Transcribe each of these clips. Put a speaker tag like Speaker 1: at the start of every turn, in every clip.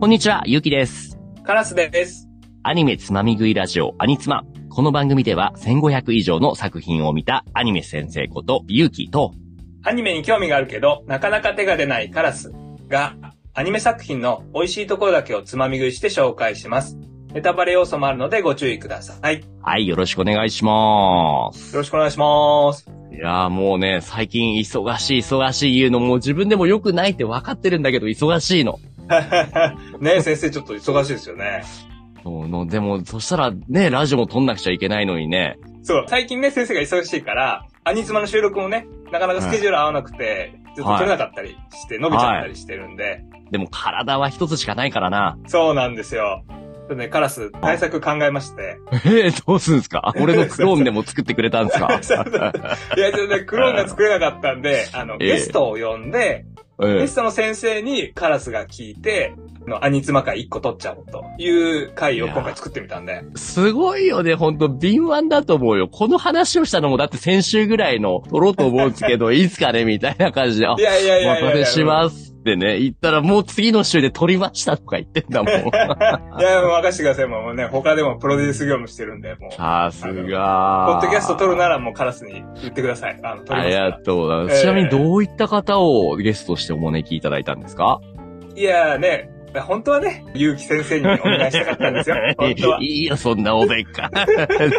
Speaker 1: こんにちは、ゆうきです。
Speaker 2: カラスです。
Speaker 1: アニメつまみ食いラジオ、アニツマ。この番組では1500以上の作品を見たアニメ先生こと、ゆうきと、
Speaker 2: アニメに興味があるけど、なかなか手が出ないカラスが、アニメ作品の美味しいところだけをつまみ食いして紹介します。ネタバレ要素もあるのでご注意ください。よ
Speaker 1: はい、よろしくお願いしま
Speaker 2: ろしくお願いします。
Speaker 1: す。いやーもうね、最近忙しい忙しい言うのもう自分でも良くないって分かってるんだけど、忙しいの。
Speaker 2: ねえ、先生ちょっと忙しいですよね。
Speaker 1: そうのでも、そしたらね、ラジオも撮んなくちゃいけないのにね。
Speaker 2: そう、最近ね、先生が忙しいから、アニツマの収録もね、なかなかスケジュール合わなくて、ちょっと取れなかったりして、伸びちゃったりしてるんで、
Speaker 1: でも体は一つしかないからな。
Speaker 2: そうなんですよ。ちょっとね、カラス対策考えまして。
Speaker 1: ええどうすんすか俺のクローンでも作ってくれたんす か
Speaker 2: いや、ちょっとね、クローンが作れなかったんで、あの、
Speaker 1: ええ
Speaker 2: ゲストを呼んで、
Speaker 1: え
Speaker 2: ゲ
Speaker 1: え
Speaker 2: ストの先生にカラスが聞いて、あの、アニツマ会1個取っちゃおうという回を今回作ってみたんで。
Speaker 1: すごいよね、ほんと、敏腕だと思うよ。この話をしたのも、だって先週ぐらいの、撮ろうと思うんですけど、いつかね、みたいな感じで、あ
Speaker 2: い、やいやいやい
Speaker 1: お待
Speaker 2: やい
Speaker 1: た
Speaker 2: や。
Speaker 1: せしますってね、言ったら、もう次の週で撮りましたとか言ってん だもん。
Speaker 2: いや、もう任せてください。もうね、他でもプロデュース業務してるんで、もう。
Speaker 1: さす
Speaker 2: ポ
Speaker 1: が
Speaker 2: ッドキャスト撮るな
Speaker 1: ら、
Speaker 2: らもうカラスに言ってください。あの、撮り
Speaker 1: あ
Speaker 2: ます
Speaker 1: り
Speaker 2: か
Speaker 1: が
Speaker 2: ら。
Speaker 1: とうございます。
Speaker 2: ええ
Speaker 1: ちなみに、どういった方をゲストとしてお招きいただいたんですか。。
Speaker 2: いやーね、本当はね、ゆうき先生にお願いしたかったんですよ本当は い
Speaker 1: いよ、そんなおべっ か。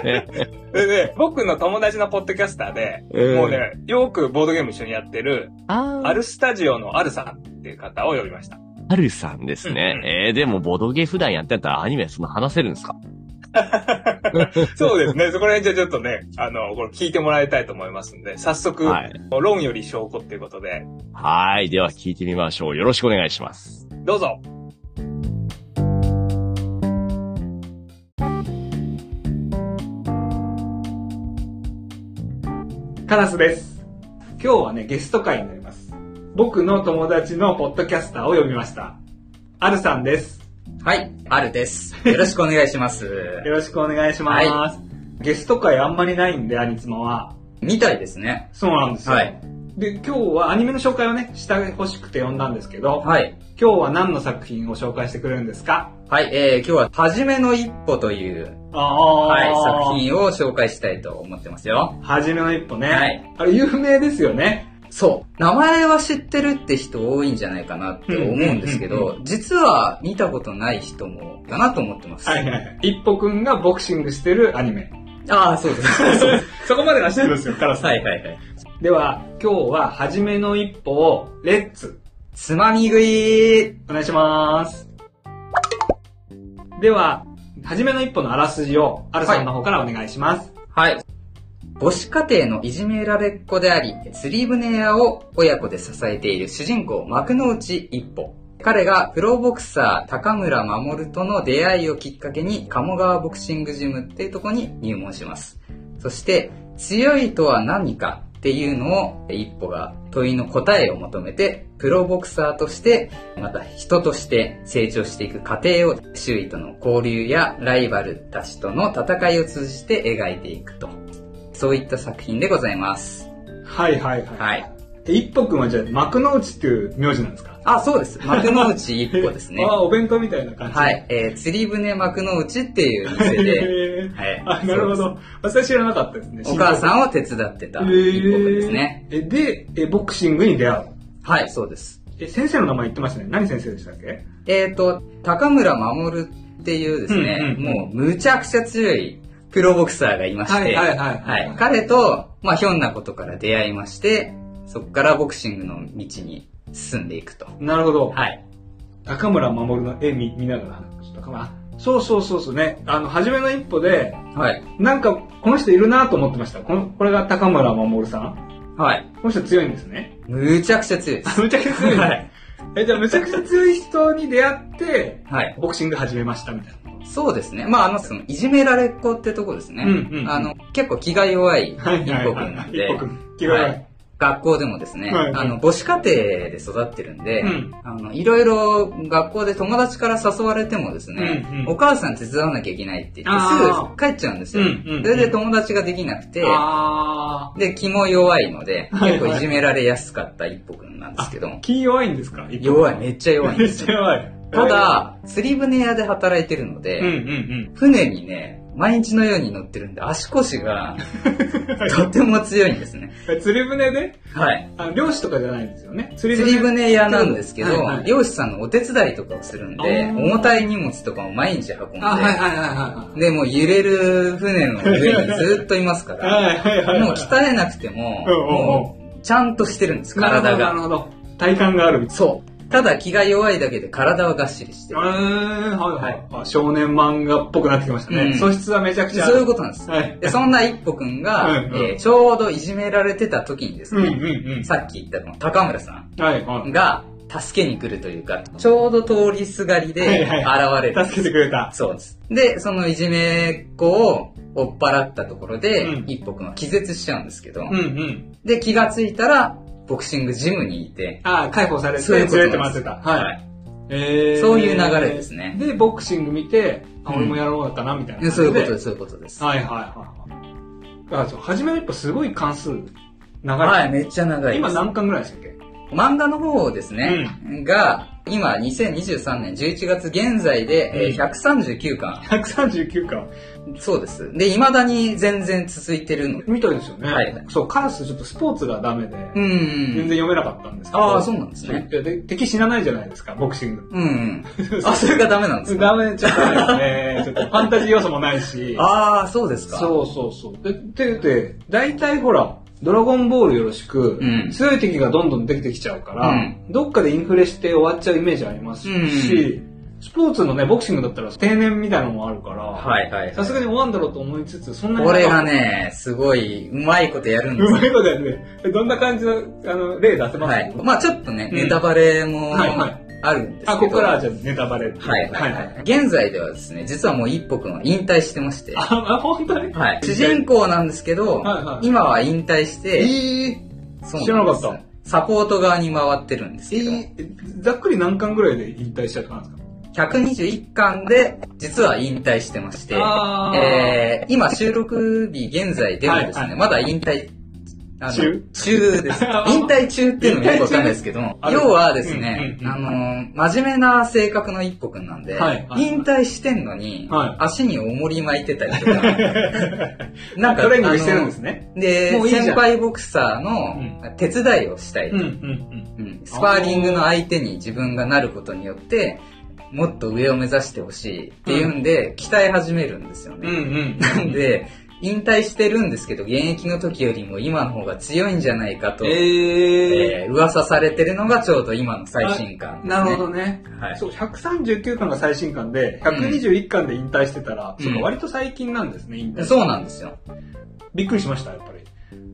Speaker 1: ね
Speaker 2: でね、僕の友達のポッドキャスターで、もう、ね、よくボードゲーム一緒にやってる、
Speaker 1: あ
Speaker 2: アルスタジオのアルさんっていう方を呼びました。
Speaker 1: あるさんですね
Speaker 2: う。ん
Speaker 1: えー、でも、ボドゲ普段やってたらアニメそんな話せるんですか
Speaker 2: そうです ね。そこら辺じゃちょっとね、あの、これ聞いてもらいたいと思いますんで、早速、
Speaker 1: はい。
Speaker 2: 論より証拠っていうことで、
Speaker 1: はい。では聞いてみましょう。よろしくお願いします。
Speaker 2: どうぞ。カラスです。今日はね、ゲスト会になります。僕の友達のポッドキャスターを呼びました。アルさんです。
Speaker 3: はい、あるです。よろしくお願いします。
Speaker 2: よろしくお願いします。
Speaker 3: は
Speaker 2: ゲスト会あんまりないんで、アニツマは。
Speaker 3: みたいですね。
Speaker 2: そうなんですよ。
Speaker 3: はい。
Speaker 2: で、今日はアニメの紹介をね、してほしくて呼んだんですけど、
Speaker 3: はい。
Speaker 2: 今日は何の作品を紹介してくれるんですか
Speaker 3: はい、えー、今日は、はじめの一歩という、
Speaker 2: ああ
Speaker 3: はい、作品を紹介したいと思ってますよ。
Speaker 2: はじめの一歩ね。
Speaker 3: はい
Speaker 2: あれ、有名ですよね。
Speaker 3: そう。名前は知ってるって人多いんじゃないかなって思うんですけ
Speaker 2: うんうん
Speaker 3: ど、実は見たことない人も、だなと思ってます。
Speaker 2: はいはいはい。一歩くんがボクシングしてるアニメ。
Speaker 3: ああ、そうです。 そうです
Speaker 2: そこまではしてるんですよ、カラス。
Speaker 3: はいはいはい。
Speaker 2: では、今日は、はじめの一歩を、レッツ。
Speaker 3: つまみ食い
Speaker 2: お願いします。では、はじめの一歩のあらすじを、アルさんの方からお願いします。
Speaker 3: はい。母子家庭のいじめられっ子であり、釣り船屋を親子で支えている主人公、幕の内一歩。彼がプロボクサー、高村守との出会いをきっかけに、鴨川ボクシングジムっていうところに入門します。そして、強いとは何かっていうのを、一歩が問いの答えを求めて、プロボクサーとして、また人として成長していく過程を、周囲との交流やライバルたちとの戦いを通じて描いていくと。そういった作品でございます。
Speaker 2: はいはいはい。
Speaker 3: はい。
Speaker 2: え一歩くんはじゃあ、幕の内っていう名字なんですか。
Speaker 3: あ、そうです。幕の内一歩です ね
Speaker 2: ああ、お弁当みたいな感じ。
Speaker 3: はい。えー釣り船幕の内っていう店で、
Speaker 2: へー
Speaker 3: はい。
Speaker 2: あ、なるほ
Speaker 3: そう
Speaker 2: ど。私は知らなかったですね
Speaker 3: で。す。お母
Speaker 2: ん
Speaker 3: さんを手伝ってた一歩くんですね。。
Speaker 2: えーえでえ、ボクシングに出会う。
Speaker 3: はい、そうです。
Speaker 2: え、先生の名前言ってましたね。何先生でしたっけ
Speaker 3: えっ、と、高村守っていうですね、
Speaker 2: うんうんうん
Speaker 3: もうむちゃくちゃ強いプロボクサーがいまして、
Speaker 2: はいは
Speaker 3: はい。彼と、まあ、ひょんなことから出会いまして、そこからボクシングの道に進んでいくと。
Speaker 2: なるほど。
Speaker 3: はい。
Speaker 2: 高村守の絵見見ながら話したかな。あそうそうそうそうね。あの、初めの一歩で、
Speaker 3: はい。
Speaker 2: なんか、この人いるなと思ってました。この、これが高村守さん。
Speaker 3: はい。
Speaker 2: この人強いんですね。
Speaker 3: むちゃくちゃ強いです。
Speaker 2: あ むちゃくちゃ強い、
Speaker 3: は
Speaker 2: ね。
Speaker 3: い。
Speaker 2: え、じゃあ、むちゃくちゃ強い人に出会って、
Speaker 3: はい。
Speaker 2: ボクシング始めましたみたいな。
Speaker 3: そうですね。まあ、あの、その、いじめられっ子ってとこですね。
Speaker 2: うんうんうん
Speaker 3: あの、結構気が弱い一
Speaker 2: はいはい
Speaker 3: 歩く
Speaker 2: はい
Speaker 3: んな
Speaker 2: はい。
Speaker 3: んで、
Speaker 2: 一歩くん。気が弱い。
Speaker 3: はい学校でもですね、
Speaker 2: はいはい
Speaker 3: あの、母子家庭で育ってるんで、
Speaker 2: うん
Speaker 3: あの、いろいろ学校で友達から誘われてもですね、
Speaker 2: うんうん
Speaker 3: お母さん手伝わなきゃいけないって言って、す
Speaker 2: あー
Speaker 3: ぐ帰っちゃうんですよ。
Speaker 2: うんうんうん
Speaker 3: それで友達ができなくて、
Speaker 2: あ
Speaker 3: で、気も弱いので、
Speaker 2: はいはい
Speaker 3: 結構いじめられやすかった一歩くんなんですけど、
Speaker 2: ー。気弱いんですか
Speaker 3: 弱い、
Speaker 2: ね。
Speaker 3: めっちゃ弱いん
Speaker 2: め
Speaker 3: で
Speaker 2: っ
Speaker 3: す
Speaker 2: ちゃ
Speaker 3: よ。
Speaker 2: 弱い。
Speaker 3: ただ、釣り船屋で働いてるので、
Speaker 2: うんうん
Speaker 3: 船にね、毎日のように乗ってるんで、足腰 がとても強いんですね。
Speaker 2: うん。釣り船で
Speaker 3: はい。
Speaker 2: あ漁師とかじゃないんですよね。釣
Speaker 3: 釣り船屋なんですけど、
Speaker 2: はいはい
Speaker 3: 漁師さんのお手伝いとかをするんで、
Speaker 2: あー
Speaker 3: 重たい荷物とかを毎日運んで、
Speaker 2: あ、はいはいは
Speaker 3: で、もう揺れる船の上にずっといますか
Speaker 2: い は
Speaker 3: ら、
Speaker 2: い。はいはいはいはい。
Speaker 3: もう鍛えなくても、
Speaker 2: うんうんうん
Speaker 3: もうちゃんとしてるんです、体
Speaker 2: なる
Speaker 3: が。
Speaker 2: ほど。体幹があるみたい
Speaker 3: そう。ただ気が弱いだけで体はがっしりして
Speaker 2: な。
Speaker 3: る。
Speaker 2: うーん、はいはいあ。少年漫画っぽくなってきました
Speaker 3: う
Speaker 2: ね。
Speaker 3: ん
Speaker 2: 素質はめちゃくちゃある。
Speaker 3: そういうことなんです。
Speaker 2: はい。
Speaker 3: でそんな一歩くんが、
Speaker 2: うんうん
Speaker 3: えーちょうどいじめられてた時にです
Speaker 2: うん
Speaker 3: ね、
Speaker 2: うんうん。
Speaker 3: さっき言ったこの高村さ
Speaker 2: はいは
Speaker 3: んが助けに来るというか、ちょうど通りすがりで現
Speaker 2: はい
Speaker 3: れ
Speaker 2: い。
Speaker 3: る。
Speaker 2: 助けてくれた。
Speaker 3: そうです。で、そのいじめっ子を追っ払ったところで、
Speaker 2: うん
Speaker 3: 一歩くんは気絶しちゃうんですけど、
Speaker 2: うんうん。
Speaker 3: で、気がついたら、ボクシングジムにいて、
Speaker 2: ああ、解放されて、
Speaker 3: そういうこと
Speaker 2: 連れて
Speaker 3: なん
Speaker 2: 待
Speaker 3: で
Speaker 2: っ
Speaker 3: す
Speaker 2: てた。はい。えー
Speaker 3: そういう流れですね
Speaker 2: で、ボクシング見て、あ、
Speaker 3: うん
Speaker 2: 俺もやろうかな、みたいな感じで。
Speaker 3: そういうことです、そういうことです。
Speaker 2: はいはいはい。はいあそう初めの一歩すごい関数、流れてる
Speaker 3: はい、めっちゃ長いです。
Speaker 2: 今何巻ぐらいでしたっけ
Speaker 3: 漫画の方ですね、が、今、2023年11月現在で、えー139巻。
Speaker 2: ?139 巻。
Speaker 3: そうです。で、未だに全然続いてるの。
Speaker 2: みたいですよね。
Speaker 3: はい
Speaker 2: そう、カラスちょっとスポーツがダメで、
Speaker 3: うんうんう
Speaker 2: 全
Speaker 3: ん。
Speaker 2: 然読めなかったんですけど。
Speaker 3: ああ、そうなんですね。
Speaker 2: いやで敵死なないじゃないですか、ボクシング。
Speaker 3: うんうん。あ、それがダメなん ですか
Speaker 2: ダメ、ちょっとダメですね。ちょっとファンタジー要素もないし。
Speaker 3: ああ、そうですか。
Speaker 2: そうそうそう。で、てて、大体ほら、ドラゴンボールよろしく、
Speaker 3: うん
Speaker 2: 強い敵がどんどんできてきちゃうから、
Speaker 3: うん
Speaker 2: どっかでインフレして終わっちゃうイメージありますし、
Speaker 3: う
Speaker 2: スポーツのね、ボクシングだったら定年みたいなのもあるから、
Speaker 3: はいはいはい。
Speaker 2: さすがに終わんだろうと思いつつ、そんなに。
Speaker 3: これが、ね、すごい、うまいことやるんで
Speaker 2: う
Speaker 3: す
Speaker 2: まい
Speaker 3: よ。
Speaker 2: ことやね。えどんな感じの、あの、例出せます、
Speaker 3: はい。まあちょっとね、
Speaker 2: うん
Speaker 3: ネタバレも
Speaker 2: はいはい
Speaker 3: あるんですけど。
Speaker 2: あ、ここからはじゃあネタバレ。
Speaker 3: はいはいはい。現在ではですね、実はもう一歩くんは引退してまして。は
Speaker 2: あ、あ本当に
Speaker 3: い。主人公なんですけど、
Speaker 2: はいはい
Speaker 3: 今は引退して、
Speaker 2: ええ
Speaker 3: そう
Speaker 2: 知ら
Speaker 3: なん
Speaker 2: な
Speaker 3: で
Speaker 2: かっ
Speaker 3: す
Speaker 2: た
Speaker 3: サポート側に回ってるんですけど、
Speaker 2: えーざっくり何巻ぐらいで引退しちゃったんですか
Speaker 3: 121巻で実は引退してまして、
Speaker 2: あー
Speaker 3: えー今収録日現在でもです
Speaker 2: は
Speaker 3: ね、
Speaker 2: いはい
Speaker 3: まだ引退、あの
Speaker 2: 中
Speaker 3: 中 です。引退中っていうのもよくわかんないですけど
Speaker 2: あ、る
Speaker 3: 要はですね、
Speaker 2: うんうんうん
Speaker 3: あのー真面目な性格の一歩くんなんで、
Speaker 2: はいはい
Speaker 3: 引退してんのに、
Speaker 2: はい
Speaker 3: 足に重り巻いてたり とか、なんか
Speaker 2: トレーニングしてるんですね。
Speaker 3: あので
Speaker 2: もういいじゃん
Speaker 3: 先輩ボクサーの手伝いをしたいと
Speaker 2: うんうん
Speaker 3: うんスパーリングの相手に自分がなることによって、もっと上を目指してほしいっていうんで、鍛え始めるんですよ
Speaker 2: うん。
Speaker 3: ね。
Speaker 2: うん うん。
Speaker 3: なんで、引退してるんですけど、現役の時よりも今の方が強いんじゃないかと、
Speaker 2: ええ
Speaker 3: えー噂されてるのがちょうど今の最新刊、
Speaker 2: ー。なるほ。どね。
Speaker 3: はい。
Speaker 2: そう、139巻が最新巻で、121巻で引退してたら、
Speaker 3: うん
Speaker 2: そうか割と最近なんですね、引退。
Speaker 3: そうなんですよ。
Speaker 2: びっくりしました、やっぱり。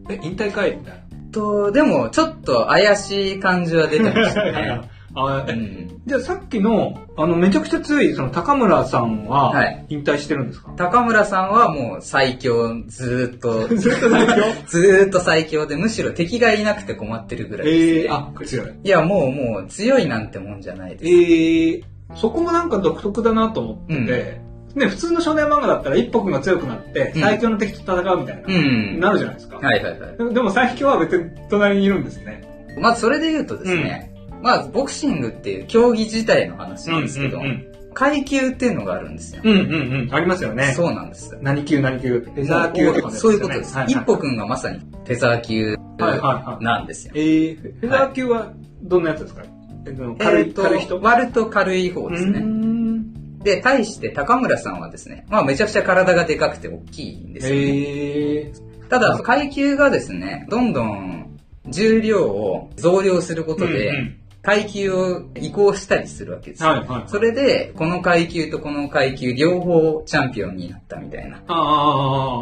Speaker 2: え、引退かいみたい
Speaker 3: と、でも、ちょっと怪しい感じは出てました ね。
Speaker 2: な。あ
Speaker 3: う
Speaker 2: え
Speaker 3: ん。
Speaker 2: じゃあさっきの、あの、めちゃくちゃ強い、その、高村さんは
Speaker 3: はい、
Speaker 2: 引退してるんですか、
Speaker 3: 高村さんはもう最強、ずーっと、
Speaker 2: ずっと最強
Speaker 3: ずーっと最強で、むしろ敵がいなくて困ってるぐらいです、ね。
Speaker 2: ええー、あ、強い。
Speaker 3: いや、もうもう強いなんてもんじゃないです。
Speaker 2: えー、そこもなんか独特だなと思ってて、ね、普通の少年漫画だったら一歩くんが強くなって、
Speaker 3: うん
Speaker 2: 最強の敵と戦うみたいな、
Speaker 3: うん。
Speaker 2: なるじゃないですか。
Speaker 3: はいはいはい。
Speaker 2: でもでも最強は別に隣にいるんですね。
Speaker 3: まずそれで言うとですね、まあボクシングっていう競技自体の話なんですけど、
Speaker 2: うんうん
Speaker 3: 階級っていうのがあるんですよ。
Speaker 2: うんうんうん。ありますよね。
Speaker 3: そうなんです。
Speaker 2: 何級何級。フェザー級とかのやつ
Speaker 3: そういうことです。
Speaker 2: はいはい
Speaker 3: 一歩くんがまさにフェザー級
Speaker 2: はいはいはい
Speaker 3: なんですよ。
Speaker 2: えー、フェザー級はどんなやつですか、えっと軽い、
Speaker 3: えーと
Speaker 2: 軽い人
Speaker 3: 割と軽い方です
Speaker 2: うー
Speaker 3: ね。
Speaker 2: ん
Speaker 3: で、対して高村さんはですね、まあめちゃくちゃ体がでかくて大きいんですよね。
Speaker 2: え
Speaker 3: ただ、階級がですね、どんどん重量を増量することで、
Speaker 2: うんうん
Speaker 3: 階級を移行したりするわけです
Speaker 2: ー、
Speaker 3: よ。
Speaker 2: はいはい。
Speaker 3: それで、この階級とこの階級両方チャンピオンになったみたいな。
Speaker 2: あーあ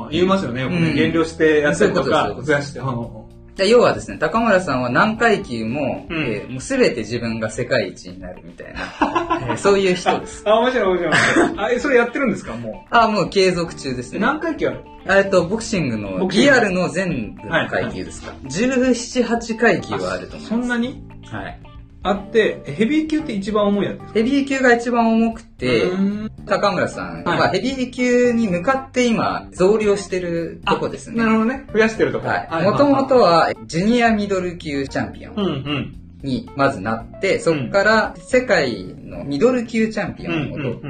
Speaker 2: ーあー、言いますよね。
Speaker 3: うん
Speaker 2: 減量してやったりと
Speaker 3: そういう
Speaker 2: か
Speaker 3: こと、です
Speaker 2: 増やして。うんうん
Speaker 3: で要はですね、高村さんは何階級も、
Speaker 2: うん
Speaker 3: えーもうすべて自分が世界一になるみた いな、えーそういう人です。
Speaker 2: あ、面白い面白い。あ、えそれやってるんですかも
Speaker 3: あ、もう継続中です
Speaker 2: う。
Speaker 3: ね。
Speaker 2: 何回級ある
Speaker 3: えっと、ボクシング
Speaker 2: ボ
Speaker 3: の
Speaker 2: クシング
Speaker 3: リアルの全部の階級ですか。17、8階級はあると思い
Speaker 2: そ
Speaker 3: ま
Speaker 2: ん
Speaker 3: す。
Speaker 2: なに
Speaker 3: はい。
Speaker 2: あって、えヘビー級って一番重いやつですか
Speaker 3: ヘビー級が一番重くて、
Speaker 2: うーん
Speaker 3: 高村さん、
Speaker 2: はい
Speaker 3: まあヘビー級に向かって今、増量してるとこですね
Speaker 2: な。るほどね。増やしてるとこ。
Speaker 3: はい。もともとは、ジュニアミドル級チャンピオ
Speaker 2: う
Speaker 3: ン。
Speaker 2: んうん。
Speaker 3: にまずなって、そこから世界のミドル級チャンピオンを取って、
Speaker 2: うん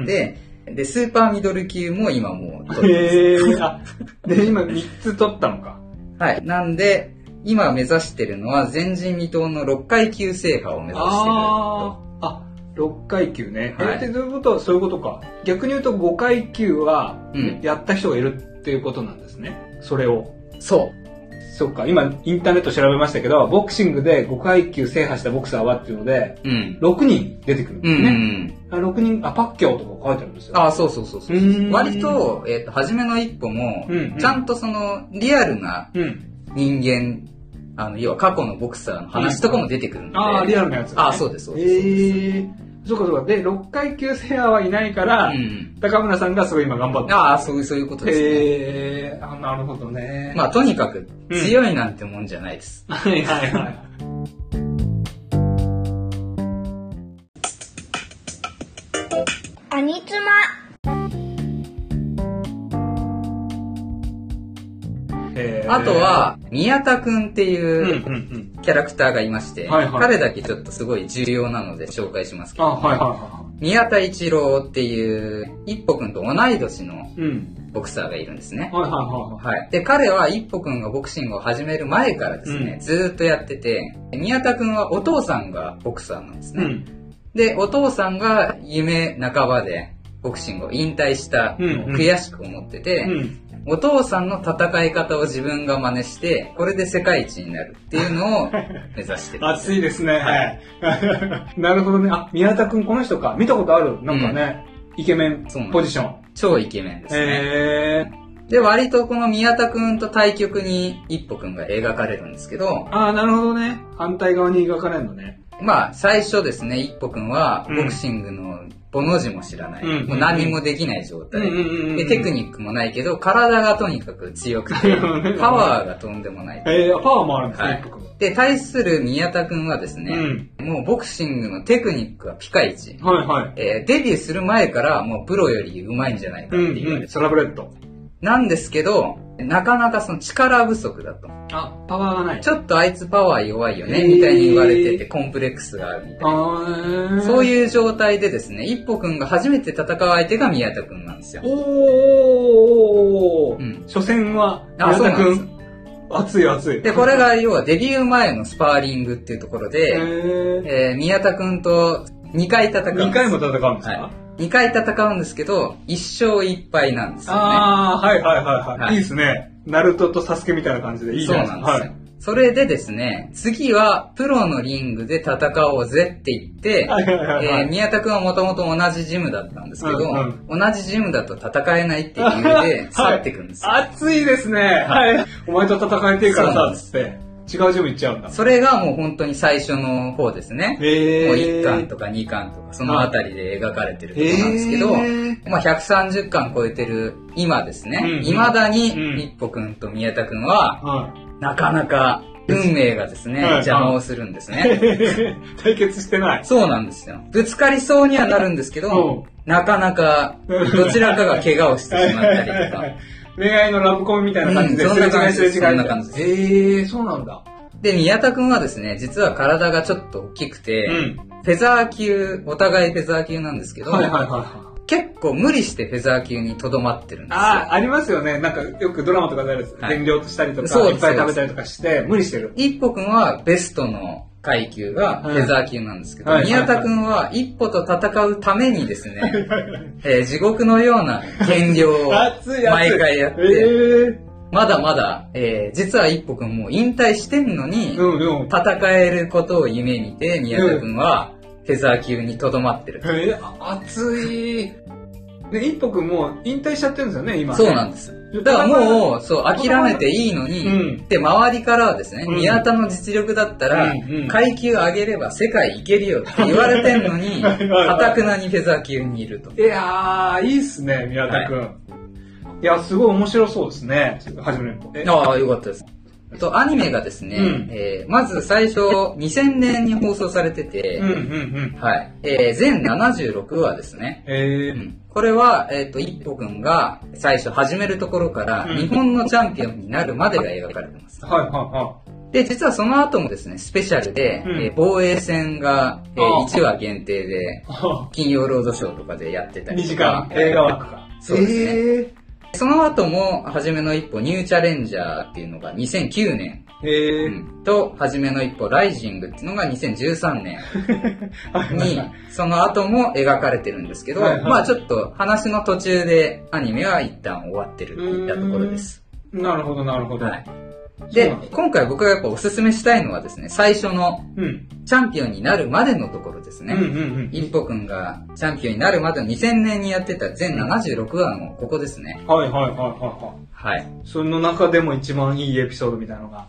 Speaker 2: うんうん
Speaker 3: で、スーパーミドル級も今もう取ってます。
Speaker 2: へえ。あ、で、今3つ取ったのか。
Speaker 3: はい。なんで、今目指してるのは前人未到の6階級制覇を目指してる
Speaker 2: ああ。あ、6階級ね。
Speaker 3: はい
Speaker 2: えってどういうことはそういうことか。逆に言うと5階級は
Speaker 3: うん、
Speaker 2: やった人がいるっていうことなんですね。それを。
Speaker 3: そ
Speaker 2: そっか、今インターネット調べましたけど、ボクシングで5階級制覇したボクサーはっていうので、
Speaker 3: う。うん。
Speaker 2: 6人出てくるん
Speaker 3: う
Speaker 2: で
Speaker 3: ん、
Speaker 2: す
Speaker 3: う
Speaker 2: ね。
Speaker 3: ん。
Speaker 2: あ6人、あ、パッキャオとか書いてあるんですよ。
Speaker 3: ああ、そうそうそうそう
Speaker 2: うーん
Speaker 3: 割、と、えっ、と、初めの一歩も、
Speaker 2: うんうん
Speaker 3: ちゃんとその、リアルな
Speaker 2: うん。
Speaker 3: 人間、あの、要は過去のボクサーの話とかも出てくるんで。
Speaker 2: ああ、リアルなやつ、
Speaker 3: あーそうですそうです
Speaker 2: ええそうかそうか。で、6階級制覇はいないから、
Speaker 3: うん。
Speaker 2: 高村さんがすごい今頑張ってる
Speaker 3: ああ、そういう、そういうことですね。
Speaker 2: へえー、あなるほどね。
Speaker 3: まあ、とにかく、
Speaker 2: うん
Speaker 3: 強いなんてもんじゃないです。
Speaker 2: はいはいはい。
Speaker 4: アニツマ
Speaker 2: えー
Speaker 3: あと、は、宮田くんって
Speaker 2: うんう
Speaker 3: い
Speaker 2: ん
Speaker 3: う
Speaker 2: うん。
Speaker 3: キャラクターがいまして、
Speaker 2: はいはい
Speaker 3: 彼だけちょっとすごい重要なので紹介しますけ
Speaker 2: あ、
Speaker 3: ど、
Speaker 2: はいはいは
Speaker 3: 宮田一郎っていう、一歩くんと同い年の
Speaker 2: い。うん。
Speaker 3: ボクサーがいるんですね。
Speaker 2: はいはいは
Speaker 3: はい。で、彼は一歩くんがボクシングを始める前からですね、
Speaker 2: うん
Speaker 3: ずーっとやってて、宮田くんはお父さんがボクサーなんです
Speaker 2: いはい。
Speaker 3: ね。
Speaker 2: うん。
Speaker 3: で、お父さんが夢半ばでボクシングを引退したのを悔しく思ってて、
Speaker 2: うん。
Speaker 3: お父さんの戦い方を自分が真似して、これで世界一になるっていうのを目指してる。
Speaker 2: 熱いですね。はい。 なるほどね。あ、宮田くんこの人か。見たことあるなんかね、イケメン
Speaker 3: そうなんです
Speaker 2: ポジション。
Speaker 3: 超イケメンですね。
Speaker 2: へえー。
Speaker 3: で、割とこの宮田くんと対局に一歩くんが描かれるんですけど、
Speaker 2: あーなるほどね。反対側に描かれるのね。
Speaker 3: まあ、最初ですね、一歩くんは、
Speaker 2: うん
Speaker 3: ボクシングの、ボの字も知らない。
Speaker 2: うんうんうん
Speaker 3: もう何もできない状態。
Speaker 2: ん、
Speaker 3: で、テクニックもないけど、体がとにかく強くて パワーがとんでもない。
Speaker 2: えー、パワーもあるんですね、
Speaker 3: はい
Speaker 2: 一服
Speaker 3: で、対する宮田くんはですね、もうボクシングのテクニックはピカイチ。
Speaker 2: うん。はいはい。
Speaker 3: えーデビューする前からもうプロより上手いんじゃないか
Speaker 2: う
Speaker 3: って
Speaker 2: ん
Speaker 3: いう。
Speaker 2: うん。サラブレッド。
Speaker 3: なんですけど、なかなかその力不足だと。
Speaker 2: あ、パワーがない。
Speaker 3: ちょっとあいつパワー弱いよね、
Speaker 2: へー
Speaker 3: みたいに言われてて、コンプレックスがあるみたいな。
Speaker 2: あ
Speaker 3: そう
Speaker 2: う。
Speaker 3: いう状態でですね、一歩くんが初めて戦う相手が宮田くんなんですよ。
Speaker 2: おー、
Speaker 3: うん
Speaker 2: 初戦は、
Speaker 3: あ
Speaker 2: 宮
Speaker 3: そう
Speaker 2: 田
Speaker 3: なんです
Speaker 2: くん。熱い熱い。
Speaker 3: で、これが要はデビュー前のスパーリングっていうところ
Speaker 2: え
Speaker 3: で、
Speaker 2: ー、
Speaker 3: えー宮田くんと2回戦うんです。
Speaker 2: 2回も戦うんですか、
Speaker 3: は2回戦うんですけど、1勝1敗なんですよね。
Speaker 2: あー、はいはいはいは。
Speaker 3: はいい
Speaker 2: いいですね。ナルトとサスケみたいな感じでいいじ
Speaker 3: そう
Speaker 2: ゃ
Speaker 3: なん
Speaker 2: い
Speaker 3: ですよ。
Speaker 2: か。
Speaker 3: それでですね、次はプロのリングで戦おうぜって言って、
Speaker 2: はいはいはいはい
Speaker 3: えー宮田くんはもともと同じジムだったんですけど、
Speaker 2: うん
Speaker 3: 同じジムだと戦えないっていう理由
Speaker 2: はい
Speaker 3: で去っていくんですよ。
Speaker 2: はい。熱いですね。はい。お前と戦えてるから
Speaker 3: そ
Speaker 2: さ
Speaker 3: うなん、で
Speaker 2: つって。違うジム行っちゃうんだ。
Speaker 3: それがもう本当に最初の方ですね。
Speaker 2: え
Speaker 3: もう1巻とか2巻とか、そのあたりで描かれてる
Speaker 2: え
Speaker 3: ことなんですけど、
Speaker 2: ー
Speaker 3: まあ、130巻超えてる今ですね、
Speaker 2: うんうん
Speaker 3: 未だに
Speaker 2: うん
Speaker 3: 一歩くんと宮田くんは、
Speaker 2: はい。
Speaker 3: なかなか運命がですね、
Speaker 2: はい
Speaker 3: 邪魔をするんですね。
Speaker 2: 対決してない。
Speaker 3: そうなんですよ。ぶつかりそうにはなるんですけど、なかなか、どちらかが怪我をしてしまったりとか。
Speaker 2: 恋愛のラブコメみたいな感じで、
Speaker 3: うん
Speaker 2: すれ違いすれ違い
Speaker 3: そんな感じ
Speaker 2: えー、そうなんだ。
Speaker 3: で、宮田くんはですね、実は体がちょっと大きくて、
Speaker 2: うん。
Speaker 3: フェザー級、お互いフェザー級なんですけど、
Speaker 2: はいはいはいはい。
Speaker 3: 結構無理してフェザー級にとどまってるんですよ。
Speaker 2: ああ、ありますよね。なんかよくドラマとかであるやつ。
Speaker 3: はい
Speaker 2: 減量したりとか、
Speaker 3: そ
Speaker 2: い
Speaker 3: うで
Speaker 2: っ
Speaker 3: す
Speaker 2: ぱい食べたりとかして、無理してる。
Speaker 3: 一歩くんはベストの階級がフェザー級なんですけど、
Speaker 2: はいはい
Speaker 3: 宮田くんは一歩と戦うためにで すね、えー地獄のような減量を
Speaker 2: 熱い熱い。
Speaker 3: 毎回やって、
Speaker 2: えー、
Speaker 3: まだまだ、えー実は一歩くんもう引退してんのに、
Speaker 2: うんうん。
Speaker 3: 戦えることを夢見て、宮田くんはフェザー級にとどまってる。
Speaker 2: えー、あ熱い。で、一歩くんもう引退しちゃってるんですよね、今。
Speaker 3: そうなんです。だからもう、そう、諦めていいのに、
Speaker 2: うん
Speaker 3: で、周りからはですね、
Speaker 2: うん
Speaker 3: 宮田の実力だったら、
Speaker 2: うんうん
Speaker 3: 階級上げれば世界いけるよって言われてんのに、
Speaker 2: はいはい
Speaker 3: かたくなにフェザー級にいると。
Speaker 2: いやー、いいっすね、宮田くん。い、や、すごい面白そうですね。初めの一歩。え
Speaker 3: ああ、よかったです。あと、アニメがですね、
Speaker 2: うん
Speaker 3: えーまず最初、2000年に放送されてて、
Speaker 2: うんうんうん。
Speaker 3: はい。えー全76話ですね。
Speaker 2: え
Speaker 3: う
Speaker 2: ー、
Speaker 3: んこれは、えっ、と、一歩くんが最初始めるところから、
Speaker 2: うん
Speaker 3: 日本のチャンピオンになるまでが描かれてます。
Speaker 2: はいはいは
Speaker 3: で、実はその後もですね、スペシャルで、
Speaker 2: うん
Speaker 3: えー防衛戦が、えー
Speaker 2: ああ
Speaker 3: 1話限定で、金曜ロードショーとかでやってた
Speaker 2: 2
Speaker 3: り
Speaker 2: 時
Speaker 3: と
Speaker 2: 間
Speaker 3: か。
Speaker 2: 映画枠か。
Speaker 3: そうですね。
Speaker 5: え
Speaker 3: その後も、はじめの一歩、ニューチャレンジャーっていうのが2009年、
Speaker 5: ー、え
Speaker 3: う
Speaker 5: ー、
Speaker 3: んと、はじめの一歩、ライジングっていうのが2013年
Speaker 2: はいはい
Speaker 3: に
Speaker 2: はい、
Speaker 3: その後も描かれてるんですけど、
Speaker 2: はいはい
Speaker 3: まあちょっと話の途中でアニメは一旦終わってるといったところです。
Speaker 2: なるほど、なるほど。
Speaker 3: はい。
Speaker 2: そう
Speaker 3: で
Speaker 2: なんだ、
Speaker 3: 今回僕がやっぱおすすめしたいのはですね、最初の
Speaker 2: うん。
Speaker 3: チャンピオンになるまでのところです
Speaker 2: うん
Speaker 3: ね。
Speaker 2: うんうん。
Speaker 3: 一歩くんがチャンピオンになるまでの2000年にやってた全76話のここですね。
Speaker 2: はいはいはいはいは
Speaker 3: はい。
Speaker 2: い。その中でも一番いいエピソードみたいなのが。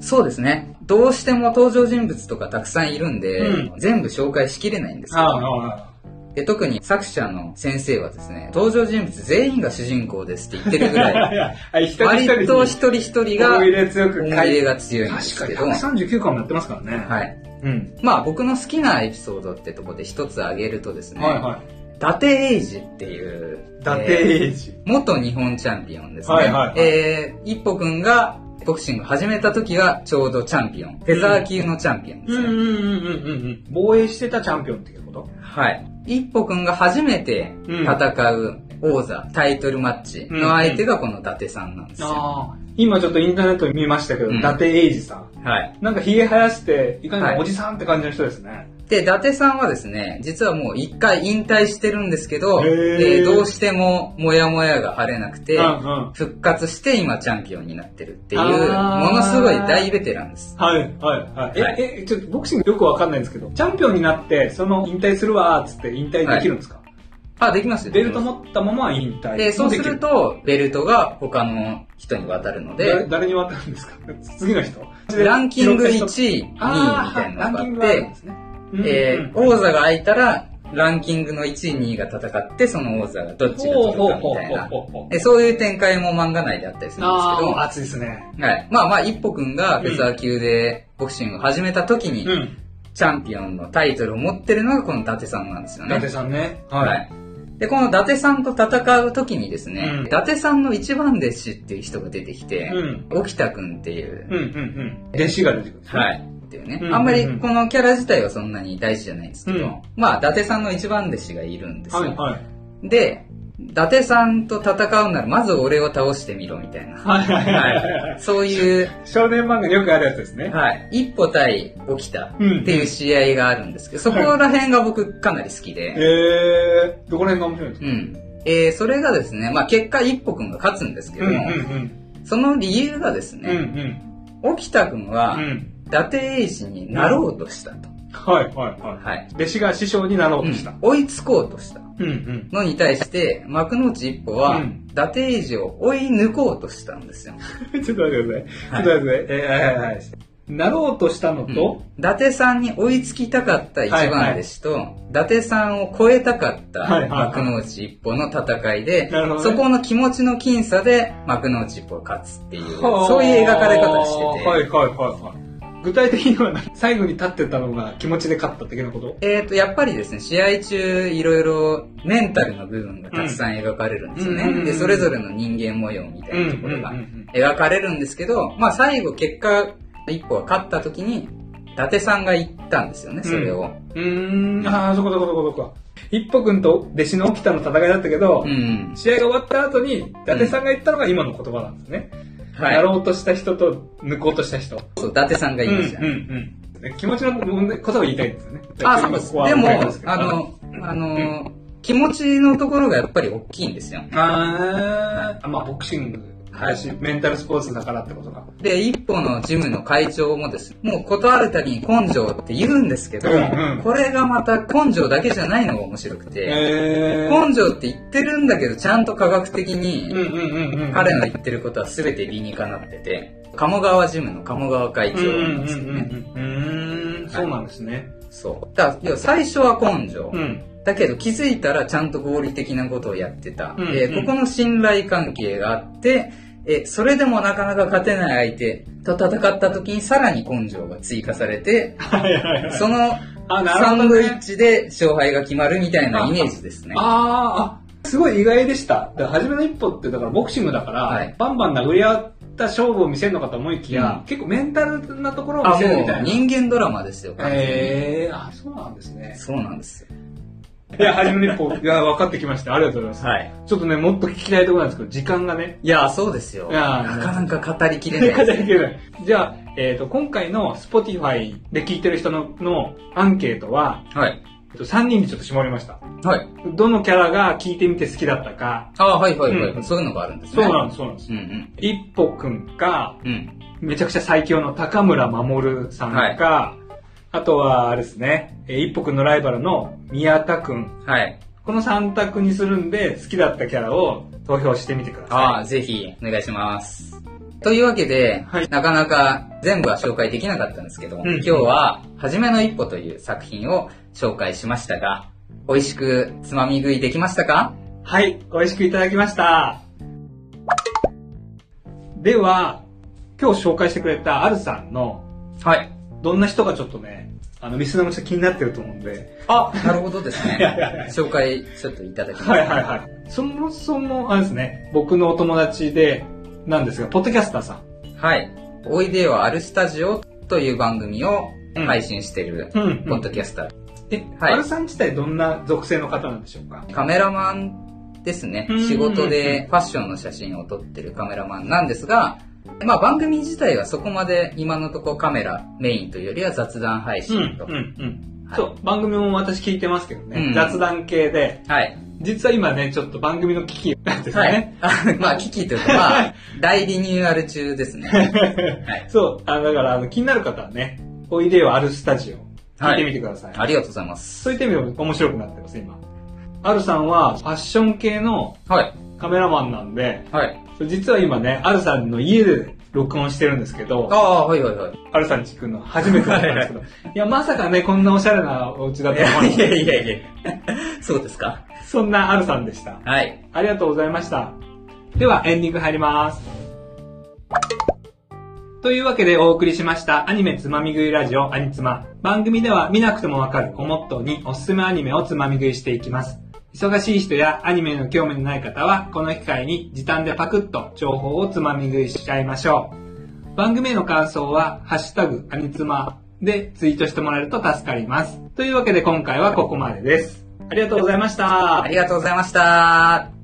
Speaker 3: そうですね。どうしても登場人物とかたくさんいるんで、
Speaker 2: う
Speaker 3: 全部紹介しきれないんですけ
Speaker 2: ああ、
Speaker 3: ど、
Speaker 2: ああ。
Speaker 3: で特に作者の先生はですね、登場人物全員が主人公ですって言ってるぐらい、
Speaker 2: はい、一人一人
Speaker 3: 割と一人一人が
Speaker 2: 思い
Speaker 3: 思
Speaker 2: 入
Speaker 3: い
Speaker 2: れ強く書い
Speaker 3: 入れが強いんですけ
Speaker 2: 確
Speaker 3: ど、
Speaker 2: かに
Speaker 3: は
Speaker 2: 139巻もやってますからね。い。
Speaker 3: い。
Speaker 2: うん。
Speaker 3: まあ僕の好きなエピソードってとこで一つ挙げるとですね、
Speaker 2: はいはい。
Speaker 3: 伊達英二っていう、
Speaker 2: 伊達
Speaker 3: えー
Speaker 2: 英二。
Speaker 3: 元日本チャンピオンですね。
Speaker 2: はいはいはい
Speaker 3: えー、一歩くんがボクシング始めた時はちょうどチャンピオン、フェザー級のチャンピオンです
Speaker 2: うん
Speaker 3: ね。
Speaker 2: うんうんうんうんうん。防衛してたチャンピオンってこと
Speaker 3: はい。一歩くんが初めて戦う王座、タイトルマッチの相手がこの伊達さんなんですよ。
Speaker 2: ああ。今ちょっとインターネットで見ましたけど、
Speaker 3: うん
Speaker 2: 伊達英二さん。
Speaker 3: はい。
Speaker 2: なんかヒゲ生やして、いかに
Speaker 3: はい
Speaker 2: もおじさんって感じの人ですね。
Speaker 3: で、伊達さんはですね、実はもう一回引退してるんですけど、
Speaker 2: へー
Speaker 3: えーどうしてもモヤモヤが晴れなくて、
Speaker 2: うんうん。
Speaker 3: 復活して今チャンピオンになってるっていう、
Speaker 2: あー
Speaker 3: ものすごい大ベテランです。
Speaker 2: はい、はい、はい。え、
Speaker 3: はい
Speaker 2: え、ちょっとボクシングよくわかんないんですけど、チャンピオンになって、その引退するわーっつって引退できるんですか、
Speaker 3: あ、できますよ
Speaker 2: ベルト持ったまま引退。
Speaker 3: で、そうす
Speaker 2: も
Speaker 3: る
Speaker 2: でき
Speaker 3: と、ベルトが他の人に渡るの
Speaker 2: 誰
Speaker 3: で、
Speaker 2: 誰に渡るんですか 次の人。
Speaker 3: ランキング1位、2位
Speaker 2: あ
Speaker 3: み
Speaker 2: あー
Speaker 3: たいな
Speaker 2: ランキング
Speaker 3: のが
Speaker 2: が
Speaker 3: あ
Speaker 2: あ
Speaker 3: っ
Speaker 2: るん
Speaker 3: て
Speaker 2: で、すね。
Speaker 3: え
Speaker 2: うん
Speaker 3: ー王座が空いたら、ランキングの1位、2位が戦って、その王座がどっちが
Speaker 2: ほう
Speaker 3: 取
Speaker 2: ほう
Speaker 3: るか
Speaker 2: ほう
Speaker 3: みたいな。
Speaker 2: ほうほう。
Speaker 3: でそういう展開も漫画内であったりするんです
Speaker 2: あ
Speaker 3: けど、
Speaker 2: あ、熱いですね。
Speaker 3: はい。まあまあ、一歩くんがフェザー級でボクシングを始めた時に、
Speaker 2: うん。
Speaker 3: チャンピオンのタイトルを持ってるのがこの伊達さんなんですよ
Speaker 2: 伊
Speaker 3: ね。
Speaker 2: 達さんね。
Speaker 3: は
Speaker 2: はい。
Speaker 3: い。で、この伊達さんと戦う時にですね、
Speaker 2: うん
Speaker 3: 伊達さんの一番弟子っていう人が出てきて、
Speaker 2: うん。
Speaker 3: 沖田くんっていう、
Speaker 2: うん、うん、うん。弟子が出てくるんですね。
Speaker 3: はい。っていうね、
Speaker 2: うん
Speaker 3: あんまりこのキャラ自体はそんなに大事じゃないんですけど、
Speaker 2: うん
Speaker 3: まあ、伊達さんの一番弟子がいるんですよ。
Speaker 2: はい、はい。
Speaker 3: で、伊達さんと戦うならまず俺を倒してみろみたいな。
Speaker 2: はいはいはいは
Speaker 3: はい。そういう、
Speaker 2: 少年漫画によくあるやつですね。
Speaker 3: はい。一歩対沖田って
Speaker 2: うん
Speaker 3: いう試合があるんですけど、そこら辺が僕かなり好きで、
Speaker 2: えー、どこら辺が面白いんですか
Speaker 3: うん。えー、それがですね、まあ結果一歩くんが勝つんですけど
Speaker 2: うん
Speaker 3: も、
Speaker 2: うん
Speaker 3: その理由がです
Speaker 2: うん。うん
Speaker 3: ね、沖田くんは
Speaker 2: うん。う、ん。
Speaker 3: 伊達英二になろうとしたと。
Speaker 2: はいはいは
Speaker 3: はい。
Speaker 2: い。弟子が師匠になろう
Speaker 3: う
Speaker 2: とした
Speaker 3: ん。追いつこうとした
Speaker 2: うんうん。
Speaker 3: のに対して、幕の内一歩は、
Speaker 2: うん
Speaker 3: 伊達英二を追い抜こうとしたんですよ。
Speaker 2: ちょっと待ってください。ちょっと待ってください。えー、はいはいはい。なろうとしたのと、
Speaker 3: 伊達さんに追いつきたかった一番弟子と、伊達さんを超えたかった
Speaker 2: はいはいはい
Speaker 3: 幕の内一歩の戦いで、
Speaker 2: なるほどね
Speaker 3: そこの気持ちの僅差で幕の内一歩が勝つっていう、
Speaker 2: はー
Speaker 3: そういう描かれ方してて、
Speaker 2: はいはいはいはい。具体的には何最後に立ってたのが気持ちで勝った的なこと
Speaker 3: えー、とやっぱりですね試合中いろいろメンタルの部分がたくさん描かれるんですよね、
Speaker 2: うんうんうんうん
Speaker 3: でそれぞれの人間模様みたいなところ
Speaker 2: う
Speaker 3: が
Speaker 2: んうんうん
Speaker 3: 描かれるんですけど、まあ、最後結果一歩は勝った時に伊達さんが言ったんですよねそれを、
Speaker 2: うーん、ああ、そこそこそこそこ。一歩くんと弟子の沖田の戦いだったけど、
Speaker 3: うん
Speaker 2: 試合が終わった後に、伊達さんが言ったのが今の言葉なんですね。
Speaker 3: はい
Speaker 2: やろうとした人と抜こうとした人。
Speaker 3: そう伊達さんが
Speaker 2: うん
Speaker 3: 言いましたね、
Speaker 2: うんうん。気持ちの問題、ことを言いたいんですよね。
Speaker 3: あそうです
Speaker 2: ここは
Speaker 3: でも
Speaker 2: わかりますけど
Speaker 3: あ、のあの、気持ちのところがやっぱり大きいんですよ
Speaker 2: あー、まあボクシングだし、メンタルスポーツだからってことか。
Speaker 3: で、一歩のジムの会長もですね、もう断るたびに根性って言うんですけど、
Speaker 2: うんうん
Speaker 3: これがまた根性だけじゃないのが面白くて、
Speaker 2: えー。
Speaker 3: 根性って言ってるんだけど、ちゃんと科学的
Speaker 2: うんう
Speaker 3: に、
Speaker 2: んうんうん。
Speaker 3: 彼の言ってることは全て理にかなってて、鴨川ジムの鴨川会
Speaker 2: う
Speaker 3: 長
Speaker 2: んうん
Speaker 3: なん
Speaker 2: うん
Speaker 3: ですよね。
Speaker 2: うん。うーん、そうなんですね。
Speaker 3: そう。だから、要は最初は根性。
Speaker 2: うん。
Speaker 3: だけど気づいたらちゃんと合理的なことをやってた。
Speaker 2: うん
Speaker 3: えー
Speaker 2: うん
Speaker 3: ここの信頼関係があって、えーそれでもなかなか勝てない相手と戦った時にさらに根性が追加さ れて、
Speaker 2: はいはいはい。
Speaker 3: その
Speaker 2: あ、な
Speaker 3: サ
Speaker 2: る
Speaker 3: ン
Speaker 2: ほど
Speaker 3: ドイ
Speaker 2: ね
Speaker 3: ッ。チで勝敗が決まるみたいなイメージですね。
Speaker 2: あーあ、すごい意外でした。だから初めの一歩って、だからボクシングだから、
Speaker 3: はい
Speaker 2: バンバン殴り合った勝負を見せるのかと思いきや、
Speaker 3: うん
Speaker 2: 結構メンタルなところを見
Speaker 3: あ、
Speaker 2: せるみ
Speaker 3: も
Speaker 2: た
Speaker 3: う
Speaker 2: いな。
Speaker 3: 人間ドラマですよ、完全に
Speaker 2: えー、あ、そうなんですね。
Speaker 3: そうなんですよ。
Speaker 2: いや、初めにこう、いや、分かってきました。ありがとうございます。
Speaker 6: はい。
Speaker 2: ちょっとね、もっと聞きたいところなんですけど、時間がね、
Speaker 3: いや、そうですよ。
Speaker 2: いや
Speaker 3: なかなか語りきれ
Speaker 2: な
Speaker 3: な
Speaker 2: か
Speaker 3: い
Speaker 2: なか
Speaker 3: で
Speaker 2: いけない。じゃあ、えっ、と、今回の Spotify で聞いてる人ののアンケートは、
Speaker 3: す。はい。
Speaker 2: えっと3人にちょっと絞りました。
Speaker 3: はい。
Speaker 2: どのキャラが聞いてみて好きだったか、
Speaker 3: あはいはいはい、
Speaker 2: うん
Speaker 3: そういうのがあるんです
Speaker 2: そ
Speaker 3: ね。
Speaker 2: うなん
Speaker 3: ん
Speaker 2: です、そうなんです。
Speaker 3: うん
Speaker 2: 一歩くんか、
Speaker 3: うん。うん。
Speaker 2: めちゃくちゃ最強の高村守さんか、あとは、あれですね、えー一歩くんのライバルの宮田くん。
Speaker 3: はい。
Speaker 2: この3択にするんで、好きだったキャラを投票してみてくだ
Speaker 3: あ
Speaker 2: さ
Speaker 3: あ、ぜひ、お願いします。というわけで、
Speaker 2: はい
Speaker 3: なかなか全部は紹介できなかったんですけど、
Speaker 2: ん
Speaker 3: 今日は、はじめの一歩という作品を紹介しましたが、美味しくつまみ食いできましたか
Speaker 2: い。はい、美味しくいただきました。では、今日紹介してくれたアルさんの、
Speaker 3: はい。
Speaker 2: どんな人がちょっとね、あの、リスナーもちょっと気になってると思うんで、
Speaker 3: あ、なるほどですね
Speaker 2: いやいやいや。
Speaker 3: 紹介ちょっといただきます。
Speaker 2: はいはいはい。そもそも、あれですね、僕のお友達で、なんですが、ポッドキャスターさん。
Speaker 3: はい。おいでよアルスタジオという番組を
Speaker 2: うん
Speaker 3: 配信している、
Speaker 2: うん
Speaker 3: ポッドキャスター。
Speaker 2: え、
Speaker 3: はい
Speaker 2: アルさん自体どんな属性の方なんでしょうか
Speaker 3: カメラマンですね
Speaker 2: うん。
Speaker 3: 仕事でファッションの写真を撮ってるカメラマンなんですが、まあ番組自体はそこまで今のところカメラメインというよりは雑談配信と。
Speaker 2: ん
Speaker 3: はい
Speaker 2: そう、番組も私聞いてますけど
Speaker 3: う
Speaker 2: ね、
Speaker 3: ん
Speaker 2: 雑談系で、
Speaker 3: はい。
Speaker 2: 実は今ね、ちょっと番組の危機なんです
Speaker 3: は
Speaker 2: ね。
Speaker 3: い。 あまあ、危機というか、ま あ、大リニューアル中ですね。
Speaker 2: そう、あのだからあの気になる方はね、おいでよあるスタジオ、聞
Speaker 3: はい
Speaker 2: いてみてください。
Speaker 3: ありがとうございます。
Speaker 2: そういった意味でも面白くなってます、今。あるさんはファッション系の
Speaker 3: はい。
Speaker 2: カメラマンなんで、
Speaker 3: はい。
Speaker 2: そう実は今ね、あるさんの家で録音してるんですけど、
Speaker 3: ああ、は いはいはい。
Speaker 2: アルさんに聞くの初めてだったんですけ ど、いや、まさかね、こんなおしゃれなお家だと思わなかった
Speaker 3: いやいや。 そうですか
Speaker 2: そんなアルさんでした。
Speaker 3: はい。
Speaker 2: ありがとうございました。では、エンディング入ります。というわけでお送りしましたアニメつまみ食いラジオアニツマ。番組では見なくてもわかるをモットーにおすすめアニメをつまみ食いしていきます。忙しい人やアニメの興味のない方はこの機会に時短でパクッと情報をつまみ食いしちゃいましょう。番組への感想はハッシュタグアニツマでツイートしてもらえると助かります。というわけで今回はここまでです。ありがとうございました
Speaker 3: あ。りがとうございました。